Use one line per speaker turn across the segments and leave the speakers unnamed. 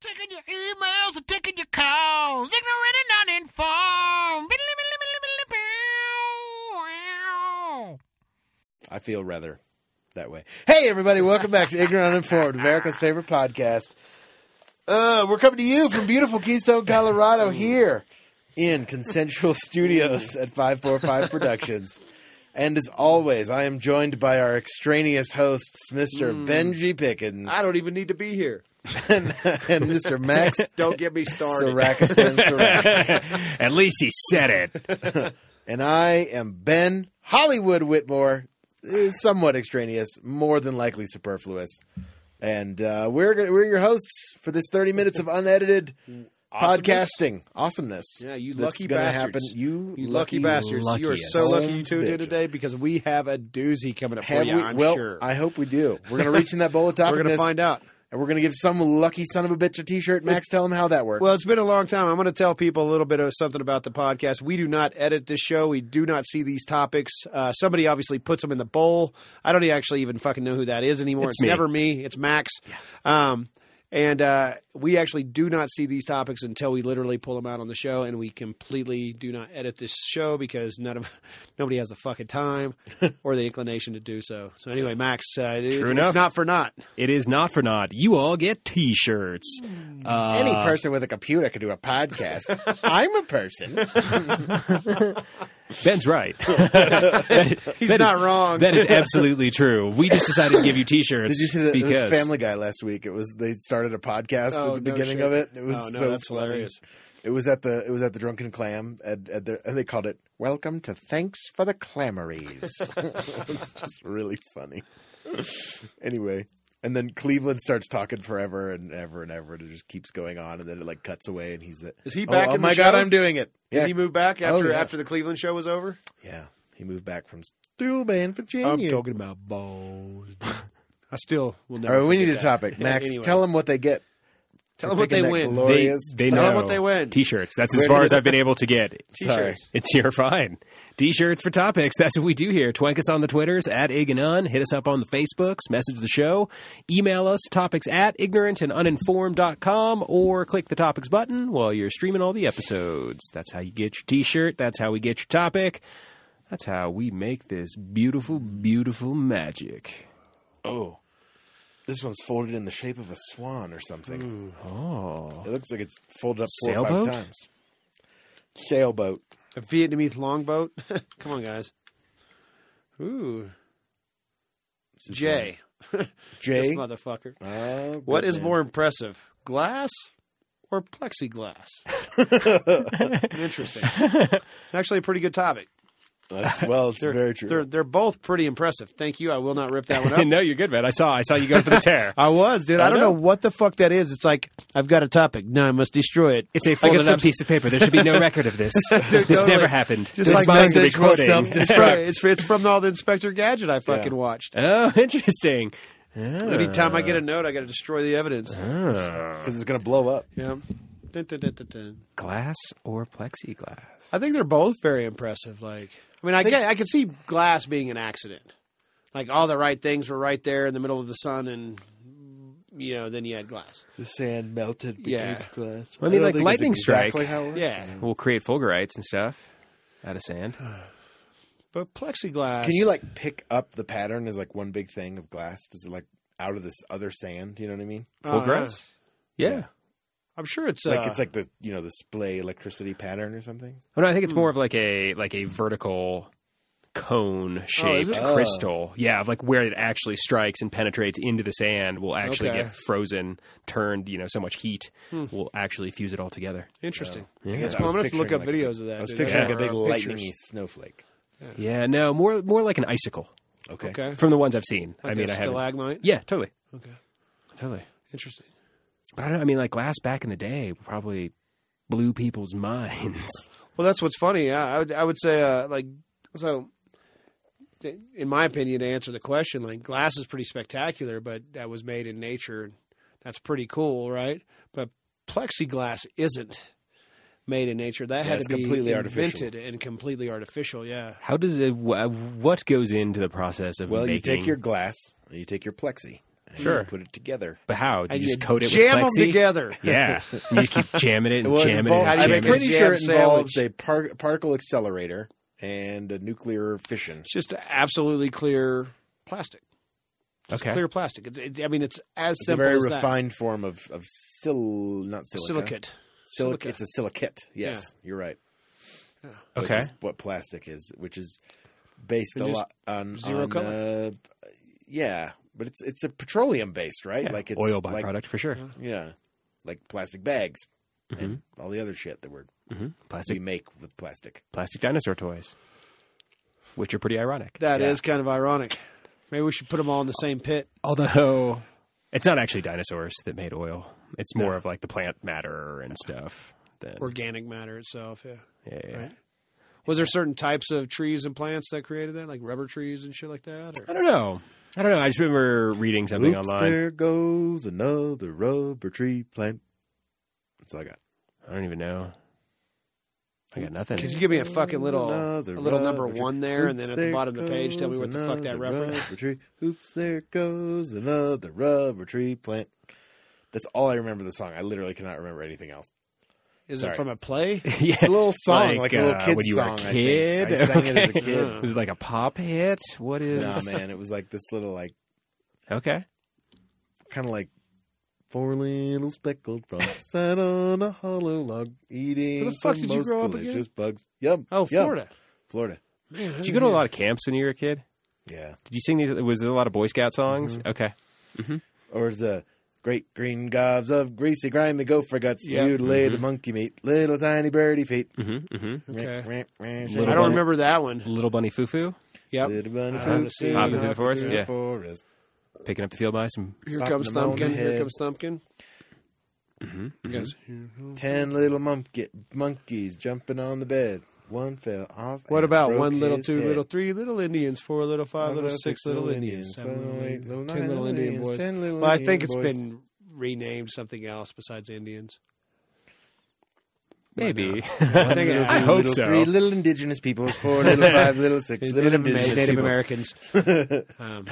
Taking your emails and taking your calls. Ignorant and uninformed.
I feel rather that way. Hey, everybody, welcome back to Ignorant Uninformed, America's favorite podcast. Uh, we're coming to you from beautiful Keystone, Colorado, here in Consensual Studios at 545 Productions. And as always, I am joined by our extraneous hosts, Mr. Benji Pickens.
I don't even need to be here.
and, and Mr. Max
Don't get me started.
Sarakistan Sarak.
At least he said it.
And I am Ben Hollywood Whitmore, uh, somewhat extraneous, more than likely superfluous. And uh, we're gonna, we're your hosts for this thirty minutes of unedited
Mm, Awesomeness?
podcasting awesomeness.
Yeah, you
that's
lucky
gonna
bastards.
happen. You,
You lucky, bastards. you are so
luckiest.
lucky you tuned in today because we have a doozy coming up
Have
for you,
we-
I'm
well,
sure.
I hope we do. We're gonna reach in that bowl of topicness,
We're going to find out.
and we're gonna give some lucky son of a bitch a T-shirt. Max, tell him how that works.
Well, it's been a long time. I'm going to tell people a little bit of something about the podcast. We do not edit this show. We do not see these topics. Uh, somebody obviously puts them in the bowl. I don't e-, actually even fucking know who that is anymore. It's,
It's me.
never me. It's Max. Um, and uh, we actually do not see these topics until we literally pull them out on the show, and we completely do not edit this show because none of nobody has the fucking time or the inclination to do so. So anyway, Max, uh, it- it's
enough.
not for naught.
It is not for naught. You all get T-shirts. Uh,
any person with a computer can do a podcast. I'm a person.
Ben's right. That-
He's
that is-
not wrong.
That is absolutely true. We just decided to give you T-shirts.
Did you see that? It was
Because
Family Guy last week. It was they started a podcast
Oh,
at the
no
beginning
shit.
of it. It was
Oh, no,
so
that's
funny.
hilarious.
It was at the it was at the Drunken Clam at, at the, and they called it "Welcome to Thanks for the Clamories." it's just really funny. anyway, and then Cleveland starts talking forever and ever and ever, and it just keeps going on, and then it like cuts away, and he's the,
Is he
"Oh,
back
Oh,
in the
my god,
show?
I'm doing it!
Did
Yeah,
he move back
Oh,
after
yeah.
after the Cleveland show was over?
yeah, he moved back from Steuben, Virginia.
about balls. I still will
All
never.
right, we
forget
need a
that.
topic.
Yeah,
Max,
anyway.
tell them what they get.
Tell
for
them what
picking
they
that
win.
They,
Glorious
they
Tell
know
'em what they win.
T-shirts. That's as far as I've been able to get.
T-shirts.
It's your fine. T-shirts for topics. That's what we do here. Twank us on the Twitters at Iganon. Hit us up on the Facebooks. Message the show. Email us topics at ignorant and uninformed.com or click the topics button while you're streaming all the episodes. That's how you get your T-shirt. That's how we get your topic. That's how we make this beautiful, beautiful magic.
Oh. This one's folded in the shape of a swan or something.
Oh.
It looks like it's folded up four or
Sailboat?
five times. Sailboat.
A Vietnamese longboat. Come on, guys. Ooh,
This is
Jay,
one.
this
Jay.
motherfucker.
Oh,
What
good
is
man.
more impressive, glass or plexiglass? Interesting. It's actually a pretty good topic.
That's, well, it's
They're,
very true.
They're they're both pretty impressive. Thank you. I will not rip that one up.
no, you're good, man. I saw. I saw you go for the tear.
I was, dude. I,
I
don't know.
know.
what the fuck that is. It's like I've got a topic. Now I must destroy it.
It's a
Like
folded up
subs-
piece of paper. There should be no record of this. this
totally.
never happened. Just
like message will
It's from, it's, it's from all the Inspector Gadget I fucking
Yeah.
watched.
Oh, interesting. Uh,
Anytime I get a note, I got to destroy the evidence.
Oh.
Because it's going to blow up.
Yeah. Dun, dun, dun, dun, dun.
glass or plexiglass?
I think they're both very impressive. Like, I mean, I get, I could see glass being an accident. Like all the right things were right there in the middle of the sun, and you know, then you had glass.
The sand melted
became Yeah.
glass.
I mean, like, lightning
exactly
strike.
How it works. Mm-hmm.
Yeah,
We'll create fulgurites and stuff out of sand.
but plexiglass.
Can you like pick up the pattern as like one big thing of glass? Does it like out of this other sand? You know what I mean?
Oh,
Fulgurites? yeah.
I'm sure it's
like
uh,
it's like the you know the splay electricity pattern or something.
Oh, no, I think it's more of like a like a vertical cone shaped
Oh.
crystal. Yeah, of like where it actually strikes and penetrates into the sand will actually
Okay.
get frozen, turned. You know, so much heat will actually fuse it all together.
interesting.
uh, Yeah,
That's
I
cool.
was
I'm gonna have to look
picturing,
up
like,
videos of that,
I was
dude.
picturing
Yeah.
like a big
Or, uh,
lightning
pictures.
snowflake.
Yeah, no, more more like an icicle
Okay.
Okay.
from the ones I've seen. I
Like
mean,
a
I haven't.
stalagmite.
Yeah, totally,
Okay.
totally.
Interesting.
But I don't. I mean, like glass back in the day probably blew people's minds.
Well, that's what's funny. Yeah, I would, I would say uh, like so. th- In my opinion, to answer the question, like glass is pretty spectacular, but that was made in nature. and That's pretty cool, right? But plexiglass isn't made in nature. That
Yeah,
had
it's
to be
completely artificial.
invented and completely artificial. Yeah,
How does it? wh- What goes into the process of
Well, you
making?
take your glass and you take your plexi and
Sure.
put it together.
But how? Do
And
you just coat it
jam
with plexi?
them together.
Yeah, you just keep jamming it and
Well, it
jamming it.
involves-
And
How do you
I'm
jamming
make
it.
pretty
a
sure it
jam
involves
sandwich?
a par- particle accelerator and a nuclear fission.
It's just absolutely clear plastic. Just
Okay.
clear plastic. It's, it, I mean, it's as
It's a
simple
very
as that.
refined form of of sil not silica.
silicate.
Silica.
Silica.
It's a silicate. Yes, you're right. Which
Okay.
is what plastic is, which is based
And
a
just
lot on
zero
on,
color.
Uh, yeah, but it's it's a petroleum based, right?
Yeah,
Like it's
oil
like,
byproduct for sure.
Yeah, like plastic bags
Mm-hmm.
and all the other shit that we're
hmm
we
Plastic
make with plastic.
plastic dinosaur toys, which are pretty ironic.
That is
Yeah.
kind of ironic. Maybe we should put them all in the same pit.
Although it's not actually dinosaurs that made oil; it's more of like the plant matter and stuff. Than,
Organic matter itself. Yeah.
yeah, yeah.
Right. Was there certain types of trees and plants that created that, like rubber trees and shit like that?
I
Or?
don't know. I don't know. I just remember reading something
Oops,
online.
there goes another rubber tree plant. That's all I got.
I don't even know. I got nothing.
Could you give me a fucking little, a
Another
little number
rubber tree.
one there, and then
Oops,
at the
there
bottom of the page, tell me what the fuck
goes
that reference?
another rubber tree. Oops, there goes another rubber tree plant. That's all I remember the song. I literally cannot remember anything else.
Is
Sorry.
it from a play?
yeah.
It's a little song, like,
Like,
a little
uh,
kid's
when you were a
song. I,
kid?
think. I sang it as a
Okay.
kid.
Was it like a pop hit? What is?
nah, man, it was like this little, like,
Okay.
kind of like four little speckled frogs sat on a hollow log eating
Where the fuck
some
did you
most
grow up again?
delicious bugs. Yum.
Oh,
yum.
Florida.
Florida.
Man, I
Did you
didn't
go to a
hear-
lot of camps when you were a kid?
Yeah.
Did you sing these? Was there a lot of Boy Scout songs?
Mm-hmm.
Okay.
or the great green gobs of greasy, grimy gopher guts,
Yeah.
mutilated monkey meat, little tiny birdie feet.
Mm-hmm. Mm-hmm.
Okay.
Rah, rah, rah,
Little
I
shake
don't
bunny-
it.
remember that one.
Little bunny foo foo
Yep.
Little bunny
I don't
fruit
see it.
tree,
Hopping
through the forest,
through
yeah.
forest.
picking up the field mice. And,
Here
Popping
comes
them on the
Thumpkin. Here
head.
comes Thumpkin.
Mhm,
You guys-
Ten little monkey, monkeys jumping on the bed. One fell off.
What
and
about
broke
one little,
his
two
head.
little, three little Indians, four little, five little, six little Indians, seven
seven
little
eight
Indians,
little,
ten
nine
little Indian boys.
ten little
Well, I think
Indian
it's
boys.
been renamed something else besides Indians. I
maybe.
think it-
I
Two
hope
little
so.
Three little indigenous peoples, four little five little six
It's
little
Native,
indigenous
Native
peoples.
Americans. um,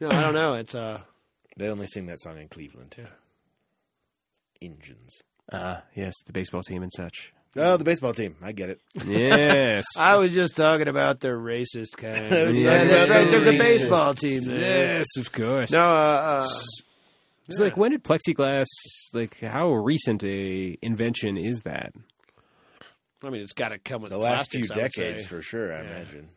no, I don't know. It's uh,
They only sing that song in Cleveland. Engines.
Uh, yes, the baseball team and such.
Oh, the baseball team. I get it.
Yes.
I was just talking about the racist kind.
I was
talking about the
There's a
racist.
baseball team. There.
yes, of course.
No, uh, uh,
So, like, when did plexiglass? Like, how recent a invention is that?
I mean, it's got to come with
The last few
plastics, I would say.
decades, for sure. I imagine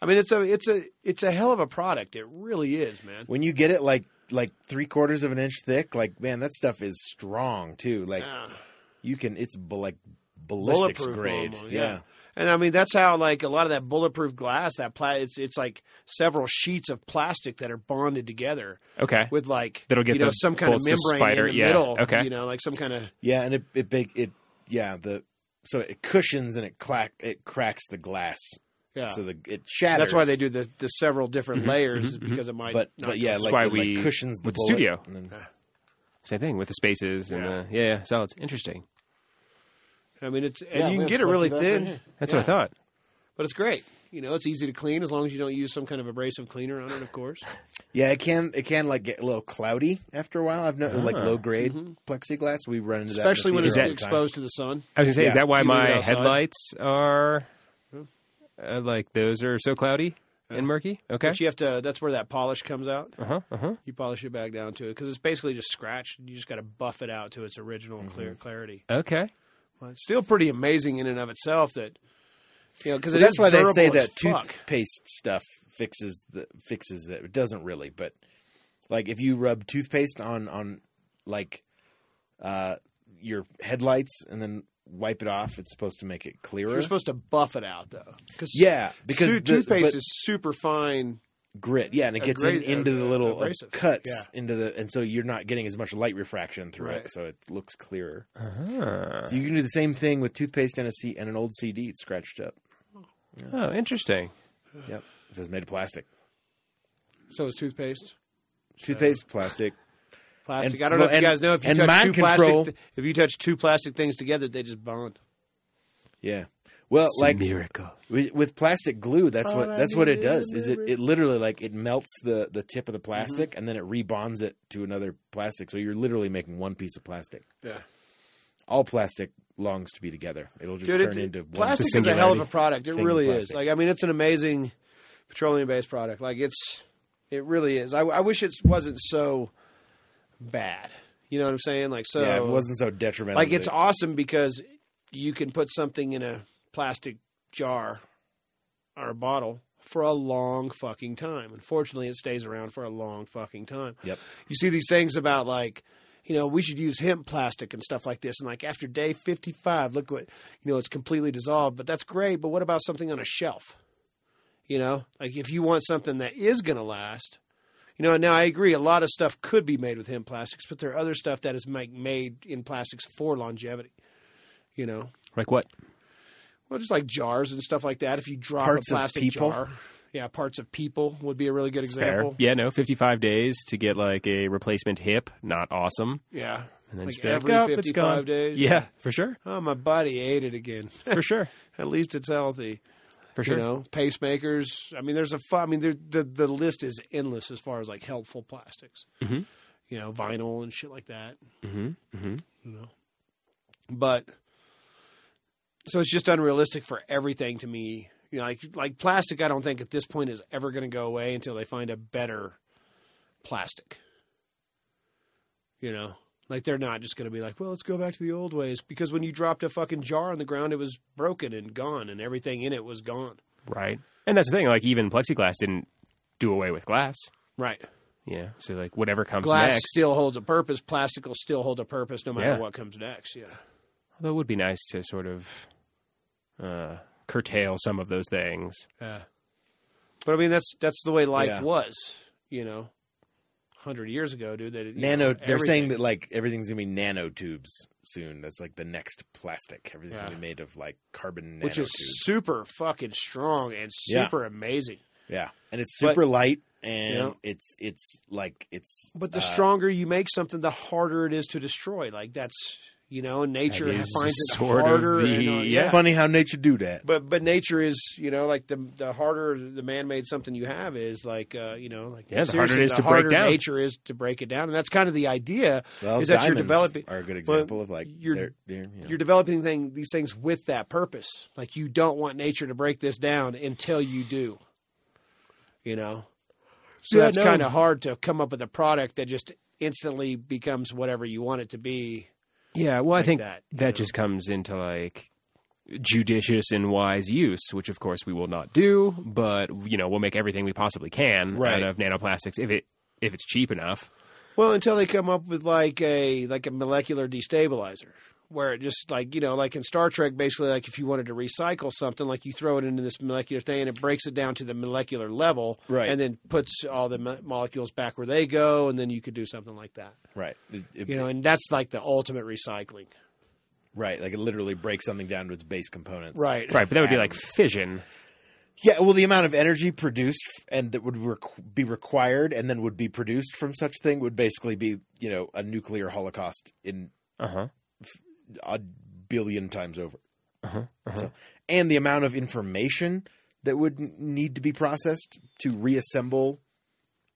I mean, it's a it's a it's a hell of a product. It really is, man.
when you get it like like three quarters of an inch thick, like man, that stuff is strong too. Like
Yeah.
you can, it's bu- like ballistics
bulletproof
grade.
almost,
yeah.
And I mean that's how like a lot of that bulletproof glass that pla- it's it's like several sheets of plastic that are bonded together
Okay.
with like
That'll get
you know
the
some kind of
bolts to
membrane
spider-
in the
yeah,
middle
okay.
you know like some kind of
yeah, and it it big it yeah the so it cushions and it clack it cracks the glass.
yeah
So the it shatters.
that's why they do the the several different layers is because it might
Mm-hmm, But
not
but yeah,
go-
like
why
it, like,
we-
cushions the
with the
bullet
studio.
and then-
Same thing with the spaces and
Yeah.
uh, yeah, yeah, solids. Interesting.
I mean it's and
Yeah, we
you can
have
get it really
plexiglass
thin
right here.
That's
Yeah.
what I thought.
but it's great you know it's easy to clean as long as you don't use some kind of abrasive cleaner on it of course
Yeah, it can it can like get a little cloudy after a while. I've known like
Ah.
low grade plexiglass. We run into that in the
Mm-hmm. especially when it's
theater all the time.
exposed to the sun
I was gonna say, is
Yeah.
that why
You leave it
my
outside. Hmm?
headlights are uh, like those are so cloudy and murky? Okay.
but you have to that's where that polish comes out
Uh huh. Uh huh.
you polish it back down to it because it's basically just scratched. and You just got to buff it out to its original
Mm-hmm.
clear clarity.
Okay.
Well, it's still pretty amazing in and of itself that you know because
But that's why they
durable
say
as
that
fuck.
toothpaste stuff fixes the fixes that. It doesn't really, but like if you rub toothpaste on on like uh your headlights and then wipe it off, it's supposed to make it clearer.
You're supposed to buff it out though. Cause
yeah, because
tooth-
the-
toothpaste
but
is super fine.
grit. Yeah, and it
a
gets in-
great-
into
a-
the
a-
little like,
abrasive.
cuts
Yeah.
into the, and so you're not getting as much light refraction through
Right.
it, so it looks clearer.
Ah.
Uh-huh.
So you can do the same thing with toothpaste and a C and an old CD. It's scratched up.
Oh, interesting.
Yep, it says made of plastic.
So is toothpaste.
Toothpaste, plastic.
Plastic.
And
I don't know
flo-
if you
and-
guys know if you
and
touch
mind
two
control.
plastic. Th- if you touch two plastic things together, they just bond.
Yeah. Well,
It's
like
a miracle.
With, with plastic glue, that's what
All I
that's what it
need
does.
is
Is
a
it it literally like it melts the the tip of the plastic
Mm-hmm.
and then it rebonds it to another plastic. So you're literally making one piece of plastic.
Yeah.
All plastic longs to be together. It'll just
Dude,
turn
it,
into one.
plastic is a hell of a
singularity.
product. It
thing
really
in
is.
plastic.
Like I mean, it's an amazing petroleum-based product. Like it's, it really is. I, I wish it wasn't so bad. You know what I'm saying? Like so,
yeah, it wasn't so detrimental.
like
to
it's
the-
awesome because you can put something in a plastic jar or a bottle for a long fucking time. Unfortunately, it stays around for a long fucking time.
Yep.
You see these things about like, you know, we should use hemp plastic and stuff like this. And like after day 55, look what, you know, it's completely dissolved, but that's great. But what about something on a shelf? You know, like if you want something that is going to last, you know, now I agree. A lot of stuff could be made with hemp plastics, but there are other stuff that is make, made in plastics for longevity. You know,
Like what?
well, just like jars and stuff like that. If you drop
Parts
a
of
plastic
people?
jar, yeah, parts of people would be a really good example.
Yeah, no, 55 days to get like a replacement hip. Not awesome.
Yeah,
And then
Like
just be like,
every
"Oh, it's
55
gone."
days?
Yeah, for sure.
Oh, my body ate it again.
For sure.
At least it's healthy.
For sure.
You know, pacemakers. I mean, there's a. fu- I mean, there, the the list is endless as far as like helpful plastics.
Mhm.
You know, vinyl and shit like that.
Mm-hmm. Mm-hmm.
You know, but so it's just unrealistic for everything to me. You know, like like plastic. I don't think at this point is ever going to go away until they find a better plastic. You know, like they're not just going to be like, well, let's go back to the old ways because when you dropped a fucking jar on the ground, it was broken and gone, and everything in it was gone.
Right. And that's the thing. Like even plexiglass didn't do away with glass.
Right.
Yeah. So like whatever comes
glass
next,
still holds a purpose. Plastic will still hold a purpose no matter
Yeah.
what comes next. Yeah.
although it would be nice to sort of uh, curtail some of those things.
But I mean, that's that's the way life
Yeah.
was, you know, hundred years ago, dude. That it, you
nano.
know,
they're
everything-
saying that like everything's gonna be nanotubes soon. That's like the next plastic. Everything's
Yeah.
gonna be made of like carbon
which
nanotubes.
is super fucking strong and
Yeah.
super amazing.
yeah, and it's
But-
super light and
Yeah.
it's it's like it's
But the
uh,
stronger you make something, the harder it is to destroy. Like that's you know, and nature
That is
finds it
sort of
harder.
the-
and, uh,
yeah.
Funny how nature do that.
but but nature is you know like the the harder the man made something you have is like uh, you know like
Yeah, the harder it
seriously,
is
the
to break
harder
down.
Nature is to break it down, and that's kind of the idea.
Well,
is that you're
diamonds
developing-
are a good example of like
you're-
they're- they're, you know.
You're developing thing these things with that purpose. Like you don't want nature to break this down until you do. You know, so
Yeah,
that's
no.
kind of hard to come up with a product that just instantly becomes whatever you want it to be.
Yeah, well, I think that,
that, you know?
just comes into like judicious and wise use, which of course we will not do, but you know we'll make everything we possibly can
Right.
out of nanoplastics if it if it's cheap enough.
Well, until they come up with like a like a molecular destabilizer where it just like you know like in Star Trek basically like if you wanted to recycle something like you throw it into this molecular thing and it breaks it down to the molecular level
Right.
and then puts all the mo- molecules back where they go and then you could do something like that
right. It- it-
you know and that's like the ultimate recycling
right. Like it literally breaks something down to its base components.
Right, but that would be like fission.
Yeah. Well, the amount of energy produced and that would requ- be required and then would be produced from such thing would basically be you know a nuclear holocaust in
Uh huh.
a billion times over.
Uh-huh, uh-huh.
So, and the amount of information that would n- need to be processed to reassemble,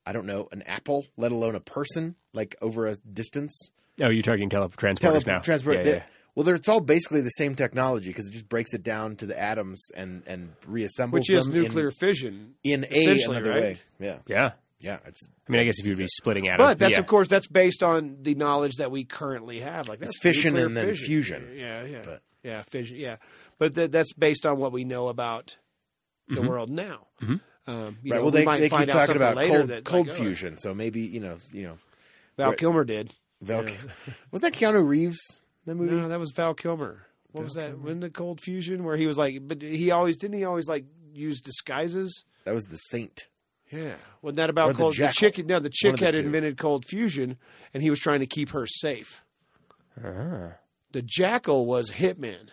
I don't know, an apple, let alone a person, like over a distance.
Oh, you're talking teletransporters now.
Teletransport.
Yeah,
they-
yeah.
Well, they're, it's all basically the same technology because it just breaks it down to the atoms and and reassembles
which is
them in-
nuclear fission
in, a
essentially,
another
right?
way. Yeah,
Yeah.
yeah. It's
I mean, I guess if you'd be splitting out,
but that's
yeah.
of course that's based on the knowledge that we currently have. Like that's
It's fission
nuclear
and then fusion.
Yeah, yeah,
But-
yeah, fission. Yeah, but th- that's based on what we know about the
Mhm.
world now.
Mhm.
Um, you
right. well,
know, we
they,
might
they keep
find out
talking
something
about
later
cold,
that,
cold
like, oh,
fusion, so maybe you know, you know,
Val
Right.
Kilmer did.
Val,
Yeah.
was that Keanu Reeves? That movie?
No, that was Val Kilmer. What was that? When the cold fusion, where he was like, but he always didn't he always like use disguises.
That was The Saint.
Yeah, wasn't that
Or
about
the
cold? The
Jackal.
chick, no, the
One
chick
of the
had
two.
invented cold fusion, and he was trying to keep her safe.
Ah,
The jackal was Hitman.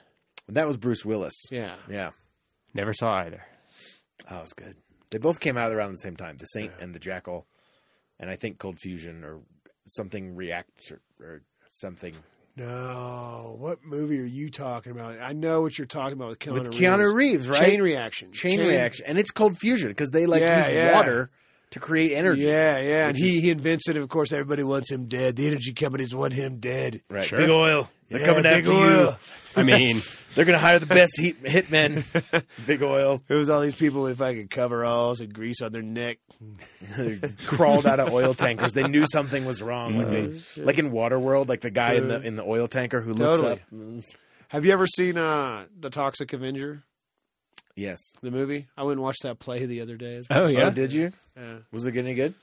That was Bruce Willis.
Yeah.
Yeah.
never saw either.
Oh, it was good. They both came out around the same time, The Saint and The Jackal, and I think Cold Fusion or something React or, or something.
No, what movie are you talking about? I know what you're talking about with Keanu
with Keanu Reeves, right?
Chain reaction.
Chain reaction, and it's called fusion because they like
Yeah,
use
yeah.
water to create energy.
Yeah, yeah. And
Which
he, he invents it. Of course, everybody wants him dead. The energy companies want him dead.
Right.
Sure.
Big oil. They're
Yeah,
coming
big
after you.
oil.
I mean,
They're going to hire the best hit hitmen. big oil.
It was all these people with fucking coveralls and grease on their neck.
They crawled out of oil tankers. They knew something was wrong when
Oh,
they, like in Waterworld, like the guy in the in the oil tanker who looks
Totally.
up.
Have you ever seen uh, The Toxic Avenger,
Yes.
the movie? I went and watched that play the other day. It's-
oh
Oh,
yeah,
did you?
Yeah.
Was it any good?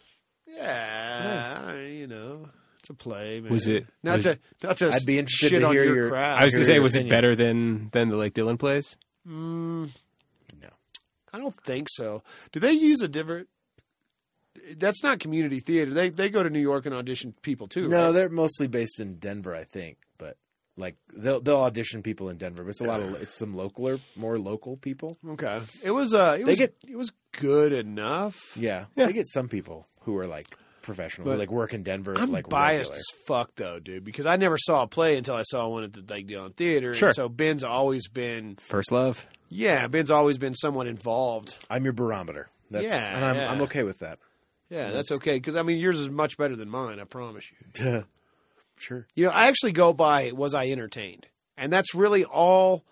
Yeah, I- you know, it's a play. Man.
Was it-
Not
was-
to not to
I'd be interested
shit
to
on
hear
your,
your-
crowd.
I was gonna
Hear
say,
your
was it
opinion.
better than than the Lake Dylan plays?
Mm,
No.
I don't think so. Do they use a different? That's not community theater. They they go to New York and audition people too.
No,
right?
they're mostly based in Denver, I think. But like they'll they'll audition people in Denver, but it's a lot of it's some localer, more local people.
okay. It was uh,
They
it was
get-
it was good enough.
Yeah,
Yeah.
they get some people who are like professional, who
But
like work in Denver.
I'm
like
biased
regular.
as fuck though, dude, because I never saw a play until I saw one at the Lake Dillon Theater. and
Sure.
so Ben's always been
First love.
yeah, Ben's always been somewhat involved.
I'm your barometer. That's,
Yeah,
and I'm,
yeah.
I'm okay with that.
Yeah, that's, okay. Because I mean, yours is much better than mine. I promise you.
sure.
You know, I actually go by was I entertained, and that's really all.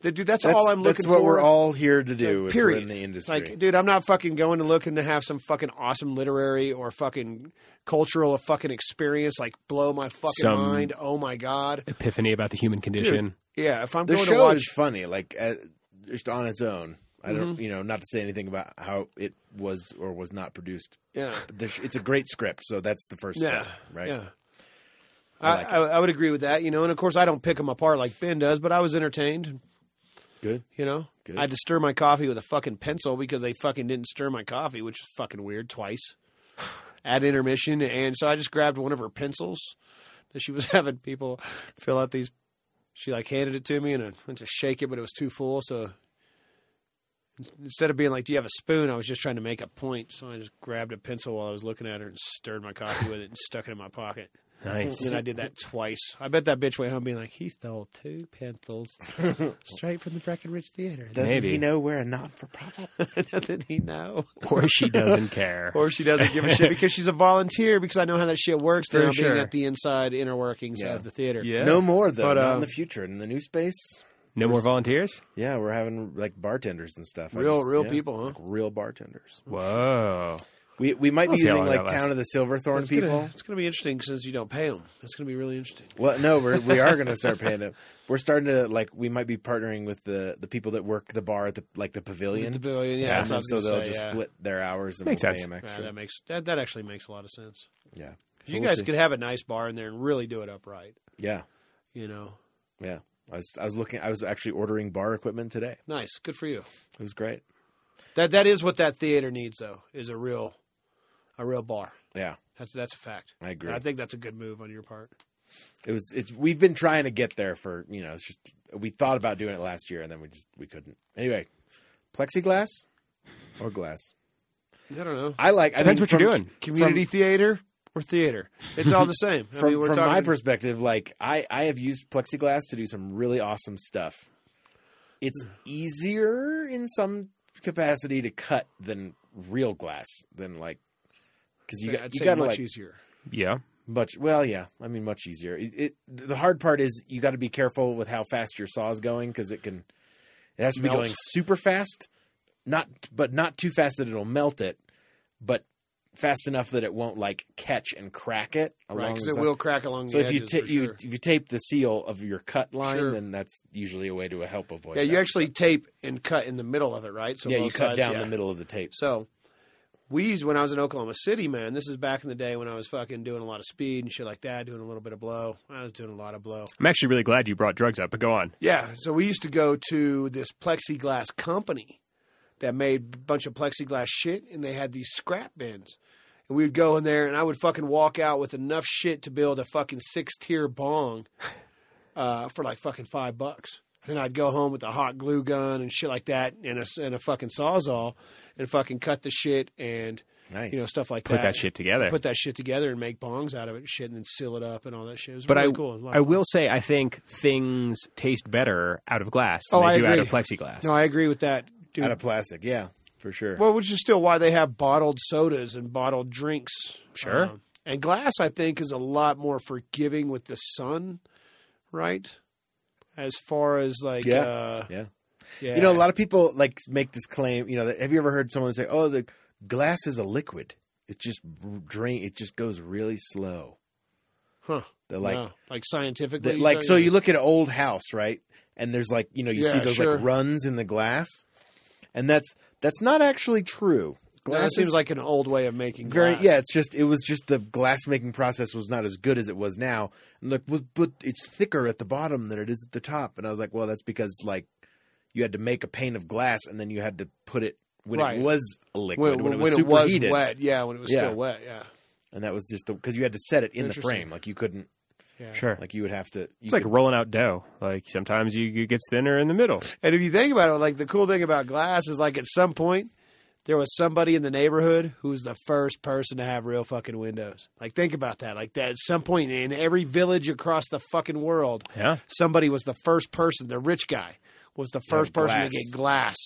That, dude, that's,
That's
all I'm looking
That's
for.
what we're all here to do. if we're
period
in the industry.
Like, dude, I'm not fucking going to looking to have some fucking awesome literary or fucking cultural or fucking experience. Like, blow my fucking
Some-
mind. Oh my god.
Epiphany about the human condition.
Yeah, if I'm
the
going
show
to watch,
is funny, like uh, just on its own. I don't,
Mm-hmm.
you know, not to say anything about how it was or was not produced.
yeah,
But the sh- it's a great script, so that's the first
yeah,
step, right?
Yeah.
I
I,
like
I, I would agree with that, you know, and of course I don't pick them apart like Ben does, but I was entertained,
Good.
you know.
Good.
I had to stir my coffee with a fucking pencil because they fucking didn't stir my coffee, which is fucking weird twice at intermission, and so I just grabbed one of her pencils that she was having people fill out these. She like handed it to me, and I went to shake it, but it was too full, so. Instead of being like, "Do you have a spoon?" I was just trying to make a point, so I just grabbed a pencil while I was looking at her and stirred my coffee with it and stuck it in my pocket. And
Nice.
then I did that twice. I bet that bitch went home being like, he stole two pencils straight from the Breckenridge Theater.
Doesn't
Maybe.
he know we're a not-for-profit?
Doesn't he know?
or she doesn't care.
Or she doesn't give a shit because she's a volunteer because I know how that shit works
For
now
sure.
being at the inside inner workings
Yeah.
of the theater.
yeah.
No more though.
But,
not
uh,
in the future. In the new space,
no more volunteers.
yeah, we're having like bartenders and stuff. I
Real-
just-
real
yeah,
people, huh?
Like, real bartenders.
Whoa.
We we might
We'll
be
see how
using
long
like
that
Town
lasts.
of the Silverthorn
It's gonna-
people.
it's going to be interesting since you don't pay them. It's going to be really interesting.
Well, no, we're, we are going to start paying it. We're starting to like we might be partnering with the the people that work the bar at the like the pavilion.
The billion, yeah,
Yeah,
that's what I
so
was
they'll
gonna say,
just
yeah.
split their hours and
Makes
we'll
sense.
pay them
Yeah,
extra.
that makes that, that actually makes a lot of sense.
yeah,
If you
We'll
guys
see.
could have a nice bar in there and really do it upright,
yeah,
you know,
yeah. I was I was looking. I was actually ordering bar equipment today.
nice, good for you.
It was great.
That that is what that theater needs, though, is a real, a real bar.
Yeah,
That's that's a fact.
I agree.
I think that's a good move on your part.
it was. It's we've been trying to get there for you know. It's just we thought about doing it last year and then we just we couldn't. Anyway, plexiglass or glass.
I don't know.
I like. I
Depends
mean,
what you're
from-
doing.
Community theater or theater, it's all the same. I
from,
mean, we're
from
talking,
my perspective, like I, I have used plexiglass to do some really awesome stuff.
Hmm.
It's easier in some capacity to cut than real glass than like because you,
I'd
got- you
say
got to
much
like
easier.
Yeah.
much well yeah I mean much easier. It, it the hard part is you got to be careful with how fast your saw is going because it can it has to be
Melt.
going super fast, not but not too fast that it'll melt it, but fast enough that it won't like catch and crack it along
Right, because
the
it
side.
will crack along
So
the
if you,
edges
ta-
for
you
sure.
if you tape the seal of your cut line,
Sure.
then that's usually a way to help avoid.
Yeah, you
that.
actually tape and cut in the middle of it, right? So
yeah you
both
cut
sides,
down
yeah.
the middle of the tape.
So we used when I was in Oklahoma City, man. This is back in the day when I was fucking doing a lot of speed and shit like that, doing a little bit of blow. I was doing a lot of blow.
I'm actually really glad you brought drugs up, but go on.
Yeah, so we used to go to this plexiglass company that made a bunch of plexiglass shit, and they had these scrap bins. And we would go in there, and I would fucking walk out with enough shit to build a fucking six tier bong uh, for like fucking five bucks. Then I'd go home with a hot glue gun and shit like that, and a, and a fucking sawzall, and fucking cut the shit and
Nice.
you know, stuff like
Put
that.
that shit together.
Put that shit together and make bongs out of it, and shit, and then seal it up and all that shit. It was
but
really
I,
cool. It was a lot
I
of fun.
will say, I think things taste better out of glass than
Oh,
they
I
do out
agree.
of plexiglass.
No, I agree with that. Dude.
out of plastic. Yeah, for sure.
Well, which is still why they have bottled sodas and bottled drinks.
Sure.
Um, and glass, I think, is a lot more forgiving with the sun, right? As far as like,
Yeah.
Uh,
Yeah.
yeah.
You know, a lot of people like make this claim. You know, that, have you ever heard someone say, "Oh, the glass is a liquid. It just r- drain. It just goes really slow."
huh.
They're like,
Yeah. like scientifically,
that- like so.
yeah.
You look at an old house, right? And there's like, you know, you see
Yeah,
those
sure.
like runs in the glass, and that's that's not actually true.
No, that
Glass
seems
is
like an old way of making
very
glass.
yeah. It's just it was just the glass making process was not as good as it was now. And look, but, but it's thicker at the bottom than it is at the top. And I was like, well, that's because like you had to make a pane of glass and then you had to put it when
Right.
it was a liquid
When,
when,
when
it was
it was
superheated,
wet, yeah, when it was
Yeah.
still wet, yeah,
and that was just because you had to set it in the
Interesting.
frame. Like you couldn't
yeah.
Sure.
like you would have to. You
it's like
could-
rolling out dough. Like sometimes you, you gets thinner in the middle.
And if you think about it, like the cool thing about glass is like at some point there was somebody in the neighborhood who was the first person to have real fucking windows. Like think about that. Like that at some point in every village across the fucking world,
Yeah.
somebody was the first person, the rich guy was the first person
glass.
to get glass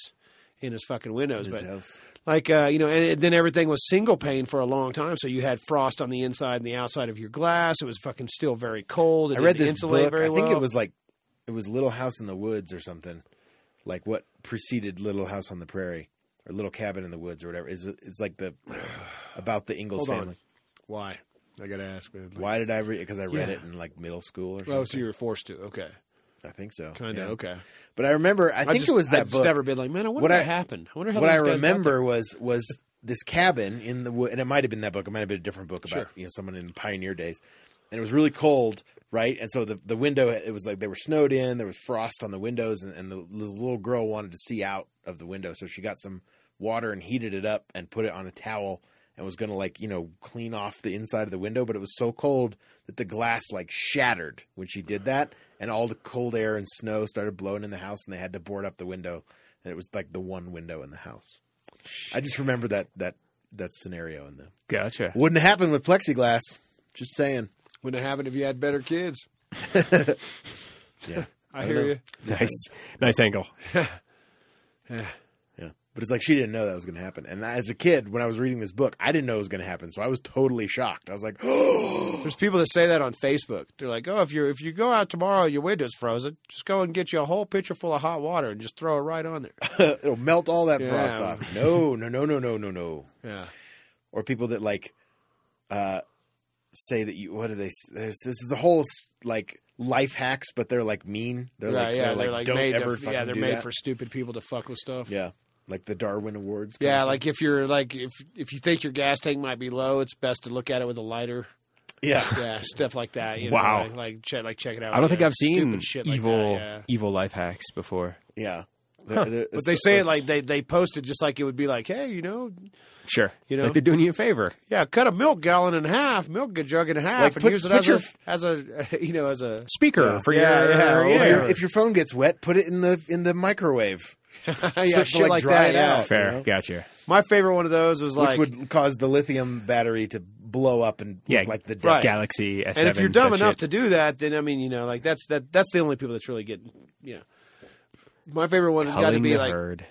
in his fucking windows.
his
But
house.
like uh, you know, and it, then everything was single pane for a long time. So you had frost on the inside and the outside of your glass. It was fucking still very cold. It
I read
didn't
this
insulate
book.
very
I think
well.
it was like it was Little House in the Woods or something, like what preceded Little House on the Prairie or Little Cabin in the Woods or whatever. Is it's like the about the Ingalls
Hold on.
family.
why. I gotta ask, man. Like,
Why did I read it? Because I read
Yeah.
it in like middle school or something.
Oh, so you were forced to? Okay,
I think so.
kind of.
yeah.
Okay.
But I remember. I, think
just-
it was that
I've
book.
Just never been like, man, I wonder
What
what,
I-
happened. I wonder how
what I
those guys got
remember was was this cabin in the wood, and it might have been that book. It might have been a different book about
Sure.
you know someone in the pioneer days, and it was really cold, right? And so the the window it was like they were snowed in. There was frost on the windows, and, and the, the little girl wanted to see out of the window, so she got some water and heated it up and put it on a towel and was going to like you know clean off the inside of the window but it was so cold that the glass like shattered when she did that and all the cold air and snow started blowing in the house and they had to board up the window and it was like the one window in the house I just remember that that that scenario in the
Gotcha.
wouldn't happen with plexiglass. Just saying.
Would it happen if you had better kids?
Yeah.
I,
I don't
hear
know.
you.
Nice. Nice angle.
Yeah. But it's like she didn't know that was going to happen. And I- as a kid, when I was reading this book, I didn't know it was going to happen. So I was totally shocked. I was like, oh,
There's people that say that on Facebook. They're like, "Oh, if you if you go out tomorrow, your window's frozen. Just go and get you a whole pitcher full of hot water and just throw it right on there."
it'll melt all that frost
Yeah.
off. No, no, no, no, no, no, no.
Yeah,
Or people that like uh, say that you, what do they, s- there's, this is the whole s- like life hacks, but they're like mean. They're
yeah,
like,
yeah.
they're like, don't
made
ever
to,
fucking
yeah, they're
do
made
that.
for stupid people to fuck with stuff.
Yeah. Like the Darwin Awards.
Yeah,
kind of
like if you're like if if you think your gas tank might be low, it's best to look at it with a lighter.
thing. yeah.
Yeah, stuff like that. You
Wow.
know, like like check, like check it out.
I don't think
yeah,
I've seen
stupid shit like that,
evil
yeah.
evil life hacks before.
Yeah.
Huh.
But they say it like they they post it just like it would be like, hey, you know,
Sure.
You know?
like they're doing you a favor.
yeah, cut a milk gallon in half, milk a jug in half,
Like,
and
put-
use it
put
as
your-
a as a you know as a
Speaker
Yeah.
for
Yeah,
your
yeah,
your
yeah.
If
ear.
your, if your phone gets wet, put it in the in the microwave.
yeah,
Stuff to,
shit
like,
like,
dry
that.
it
yeah.
out.
Fair.
you know?
Gotcha.
My favorite one of those was like,
which would cause the lithium battery to blow up and
Yeah.
look like the dead.
Right.
Galaxy S7.
and if you're dumb
that
enough
shit.
to do that, then I mean, you know, like that's that that's the only people that's really getting, you know. My favorite one has got to
Culling
be
the
like
herd.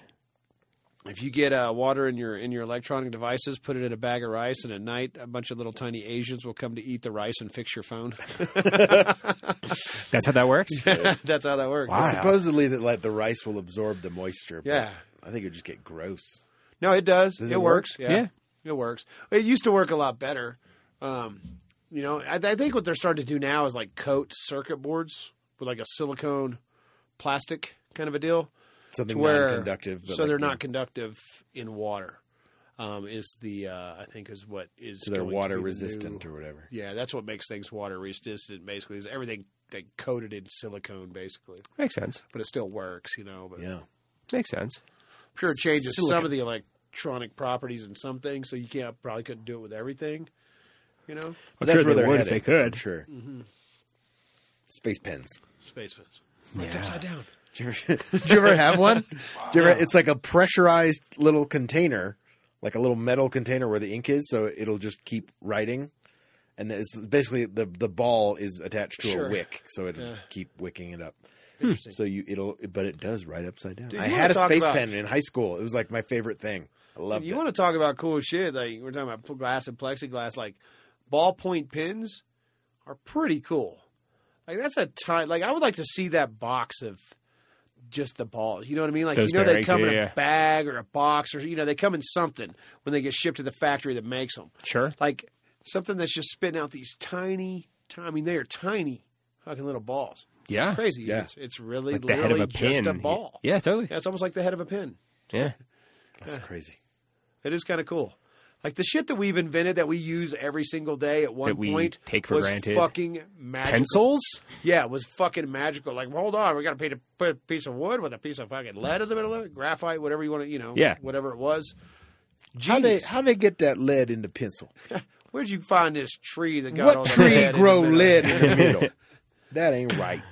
if you get uh, water in your in your electronic devices, put it in a bag of rice, and at night a bunch of little tiny Asians will come to eat the rice and fix your phone.
That's how that works.
that's how that works.
Wow.
Supposedly that like the rice will absorb the moisture. but
Yeah.
I think it would just get gross.
No, it does.
Does
it,
it work?
works.
Yeah.
Yeah. It works. It used to work a lot better. Um, you know, I, I think what they're starting to do now is like coat circuit boards with like a silicone plastic kind of a deal
Something
to where
non-conductive. But
so
like,
they're
you know,
not conductive in water. Um, is the uh, I think is what is
so they're
going to be
water
the
resistant
new-
or whatever.
yeah, that's what makes things water resistant. Basically, is everything they coated in silicone, basically,
Makes sense.
but it still works, you know. But
Yeah.
Makes sense.
I'm sure it changes
Silicon.
some of the electronic properties and some things, so you can't probably couldn't do it with everything. You know,
But
sure they
they're
would if
headed,
they could.
I'm Sure.
Mm-hmm.
Space pens.
space fence. It's
Yeah.
upside down.
Did you ever, did you ever have one? Did you ever, it's like a pressurized little container like a little metal container where the ink is, so it'll just keep writing. And it's basically the the ball is attached to
Sure.
a
Hmm.
wick, so it'll just keep wicking it up.
Interesting.
So you it'll, but it does write upside down.
Dude,
I
you
had
wanna
a
talk
space
about-
pen in high school. It was like my favorite thing. I loved
You
it.
want to talk about cool shit? Like we're talking about glass and plexiglass. Like ballpoint pens are pretty cool. Like that's a time. Like I would like to see that box of just the balls. You know what I mean? Like
Those
you know
bearings,
they come in
yeah.
a bag or a box or you know they come in something when they get shipped to the factory that makes them.
Sure.
Like something that's just spitting out these tiny. ti- I mean, they are tiny fucking little balls.
Yeah.
It's crazy.
Yeah.
It's, it's really
Like the
literally
head of a
just
pin.
a ball.
Yeah, totally.
Yeah, it's almost like the head of a pin.
Yeah.
uh,
That's crazy.
It is kind of cool. Like the shit that we've invented that we use every single day at one
That we
point
take for
was
granted.
fucking magical.
Pencils?
Yeah, it was fucking magical. Like, well, hold on, we got to put a put a piece of wood with a piece of fucking lead in the middle of it, graphite, whatever you want to, you know,
Yeah.
whatever it was.
How they
Genius.
how they get that lead in the pencil?
Where'd you find this tree that got all
What
the
tree
lead in
grow
the middle?
lead in the middle? that ain't right.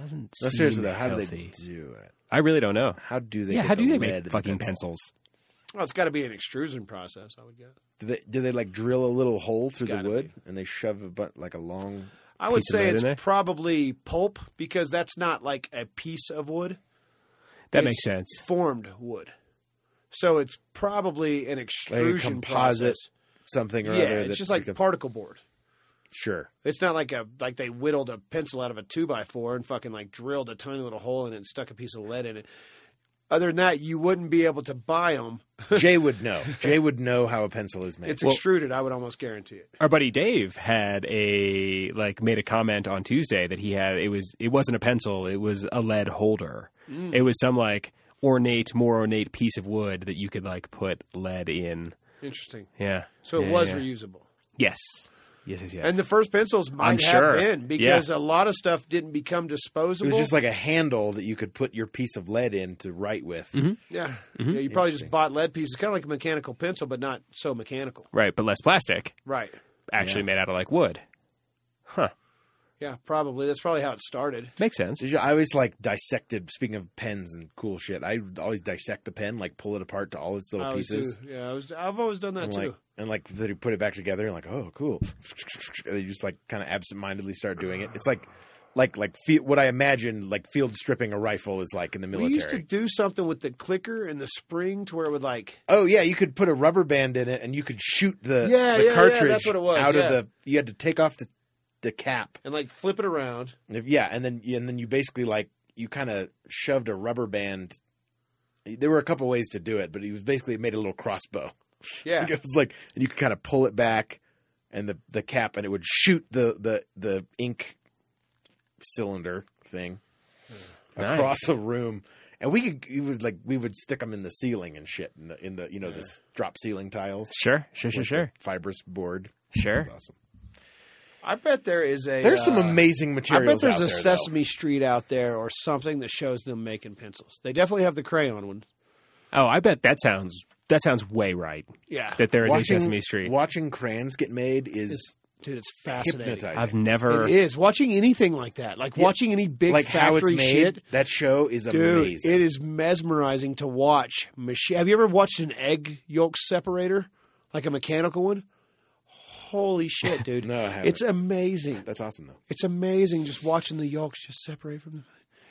Doesn't
No,
seem
seriously though, how do they
healthy.
do it?
I really don't know.
How do they?
Yeah,
get
how do
the
they
lead in
make
the
fucking
pencil?
pencils?
Well, it's got to be an extrusion process, I would guess.
Do they do they like drill a little hole through the
gotta
wood and they shove a but like a long?
I would
Piece of
say
lead in
it's
there?
probably pulp because that's not like a piece of wood.
That
It's
makes sense.
Formed wood, so it's probably an extrusion
composite
process.
something or
Yeah,
other.
it's
that
just like
becomes-
particle board.
sure.
It's not like a like they whittled a pencil out of a two by four and fucking like drilled a tiny little hole in it and stuck a piece of lead in it. Other than that, you wouldn't be able to buy them.
Jay would know. Jay would know how a pencil is made.
It's
Well-
extruded. I would almost guarantee it.
Our buddy Dave had a like made a comment on Tuesday that he had it was it wasn't a pencil, it was a lead holder.
Mm.
It was some like ornate, more ornate piece of wood that you could like put lead in.
Interesting.
Yeah.
So it
Yeah,
was
yeah.
reusable.
Yes. Yes, yes, yes.
And the first pencils might
I'm
have
sure.
been because a lot of stuff didn't become
it
disposable.
was just like a handle that you could put your piece of lead in to write with.
Mm-hmm.
yeah.
Mm-hmm.
yeah, you probably just bought lead pieces, kind of like a mechanical pencil, but not so mechanical.
right, but less plastic,
Right.
actually made out of like wood. Huh.
Yeah, probably. That's probably how it started.
Makes sense.
Did you- I always like dissected. Speaking of pens and cool shit, I always dissect the pen, like pull it apart to all its
I
little
always
pieces.
do. Yeah, I was, I've always done that
and
too.
like and like they put it back together and like oh cool and they just like kind of absentmindedly start doing it it's like like like fe- what i imagine like field stripping a rifle is like in the military
We used to do something with the clicker and the spring to where it would like
oh yeah you could put a rubber band in it and you could shoot the
Yeah,
the
yeah, yeah,
cartridge
that's what it was,
out
yeah.
of the you had to take off the the cap
and like flip it around.
yeah and then and then you basically like you kind of shoved a rubber band there were a couple ways to do it but he was basically made a little crossbow
Yeah.
It was like and you could kind of pull it back and the the cap and it would shoot the the the ink cylinder thing
Hmm.
Nice.
across the room. And we could we would like we would stick them in the ceiling and shit in the in the you know this drop ceiling tiles.
Sure, sure, sure,
with the
sure.
Fibrous board.
Sure.
That's awesome.
I bet there is a
There's some
uh,
amazing
I
materials.
bet there's
out
a
there, though.
Sesame Street out there or something that shows them making pencils. They definitely have the crayon one.
Oh, I bet that sounds that sounds way right.
Yeah.
That there is a Sesame Street.
Watching crayons get made is
Dude, it's fascinating.
hypnotizing.
I've never.
It is watching anything like that, like watching any big
like how it's
factory
made.
shit.
That show is
Dude,
amazing.
it is mesmerizing to watch. Machi- have you ever watched an egg yolk separator, like a mechanical one? Holy shit, dude!
No, I haven't.
it's amazing.
That's awesome though.
It's amazing just watching the yolks just separate from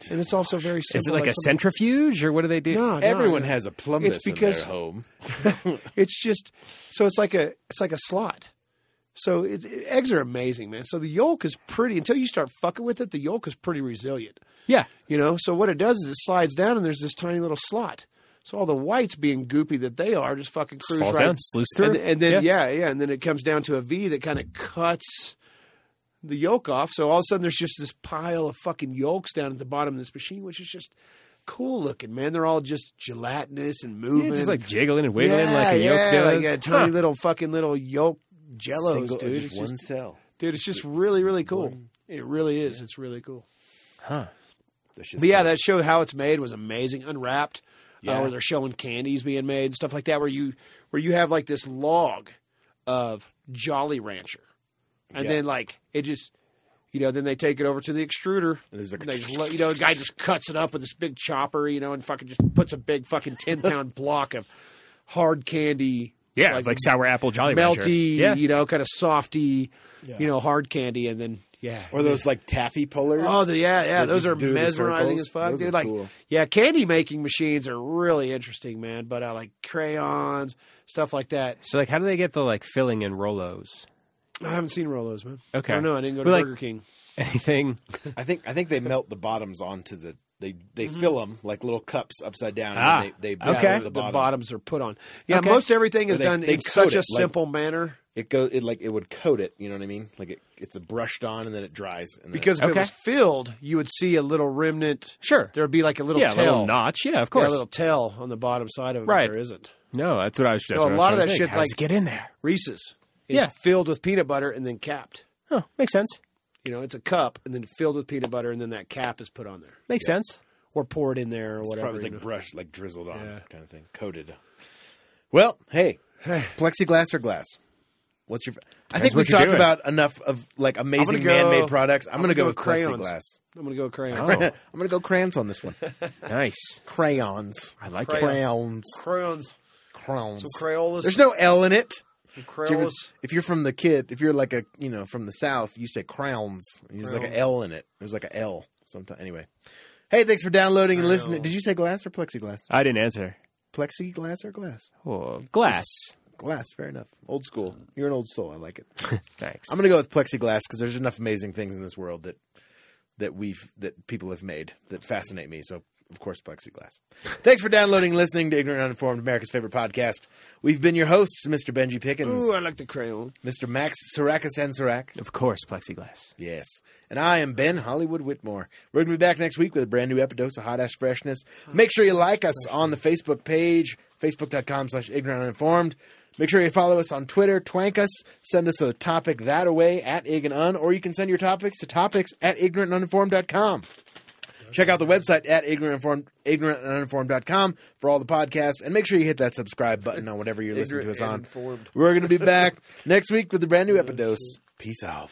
the. And it's also very simple.
Is it like a
something-
centrifuge or what do they do?
No, no,
Everyone
no.
has a plumbus
It's because-
in their home.
It's just so it's like a it's like a slot. So it, it- eggs are amazing, man. So the yolk is pretty until you start fucking with it. The yolk is pretty resilient,
Yeah.
you know. So what it does is it slides down and there's this tiny little slot. So all the whites being goopy that they are just fucking cruise
Falls
right
down, slews through.
and, and then yeah. yeah, and then it comes down to a V that kind of cuts the yolk off. So all of a sudden, there's just this pile of fucking yolks down at the bottom of this machine, which is just cool looking, man. They're all just gelatinous and moving,
Yeah, just like jiggling and wiggling like a
Yeah,
yolk
yeah,
does.
like a tiny
Huh.
little fucking little yolk jellos,
Single,
dude.
just
It's
one
just,
cell.
dude, it's just really, really cool. It really is. It's really cool.
That shit's
But yeah,
crazy.
that show how it's made was amazing. Unwrapped,
Yeah.
uh, where they're showing candies being made and stuff like that. Where you where you have like this log of Jolly Rancher, and
Yeah.
then like it just you know then they take it over to the extruder.
And there's like a-
They just, let- you know, the guy just cuts it up with this big chopper, you know, and fucking just puts a big fucking ten pound block of hard candy,
Yeah, like,
Like
sour apple Jolly Rancher.
melty,
Yeah.
you know, kind of softy,
Yeah.
you know, hard candy, and then yeah,
Or those like taffy pullers.
Oh, the, yeah, yeah.
that
Those
you
are
do the
mesmerizing
circles.
as fuck,
Those
dude.
are
Like,
cool.
yeah, candy making machines are really interesting, man. But uh, like crayons, stuff like that.
So like, how do they get the like filling in Rolos?
I haven't seen Rolos, man.
Okay.
I don't know. I didn't go to
Well, like-
Burger King.
Anything?
I think I think they melt the bottoms onto the they they fill them like little cups upside down.
Ah,
and they, they
okay.
batter
the,
the bottom.
bottoms are put on. Yeah,
Okay.
most everything is
Or they-
done
they
in
coat
such a
it, like-
simple manner.
It goes it like it would coat it. You know what I mean? Like it, it's a brushed on and then it dries. And then it-
Because if
Okay.
it was filled, you would see a little remnant.
Sure.
There would be like a little
yeah, a
tail.
little notch. Yeah, of
Yeah, a
course.
little tail on the bottom side of it. but
Right.
There isn't.
no, that's what I was just.
No, a
that's
lot of
what I
that
was
shit's
thinking. How does
like-
it get in there.
Reese's is
Yeah.
filled with peanut butter and then capped.
Oh, makes sense.
You know, it's a cup and then filled with peanut butter, and then that cap is put on there
Makes sense.
or poured in there or
it's
whatever.
probably
you
like
know.
brushed, like drizzled on
Yeah.
kind of thing, coated. Well, hey,
Hey.
plexiglass or glass? What's your? I think
what
we've
you're
talked
doing.
about enough of like amazing
go-
man-made products. I'm, gonna,
gonna
go,
go
with
crayons.
plexiglass.
I'm gonna go crayon.
Oh.
I'm gonna go crayons on this one.
Nice.
crayons,
I like it.
crayons,
Crayons,
crayons.
some Crayolas,
There's no L in it.
some
If you're,
Crayolas.
if you're from the kid, if you're like a you know from the south, you say crowns. There's like an L in it. There's like a L sometimes. Anyway, hey, thanks for downloading and listening. Did you say glass or plexiglass?
I didn't answer.
Plexiglass or glass?
Oh, glass.
Glass, fair enough. Old school. You're an old soul. I like it.
Thanks.
I'm gonna go with plexiglass because there's enough amazing things in this world that that we've that people have made that fascinate me. So of course plexiglass. Thanks for downloading, and listening to Ignorant Uninformed, America's favorite podcast. We've been your hosts, Mr. Benji Pickens,
Ooh, I like the crayon.
Mr. Max Sarakas and Sarak.
Of course, plexiglass.
Yes. And I am Ben Hollywood Whitmore. We're going to be back next week with a brand new epidose of Hot Ash Freshness. Make sure you like us on the Facebook page, facebook.com slash ignorant uninformed. Make sure you follow us on Twitter, twank us, send us a topic that away at ig and un, or you can send your topics to topics at ignorantuninformed.com. Check out the website at ignorantuninformed, ignorantuninformed.com for all the podcasts, and make sure you hit that subscribe button on whatever you're listening to us
Ignorant and
on.
informed.
We're going to be back next week with a brand new epidose. Peace out.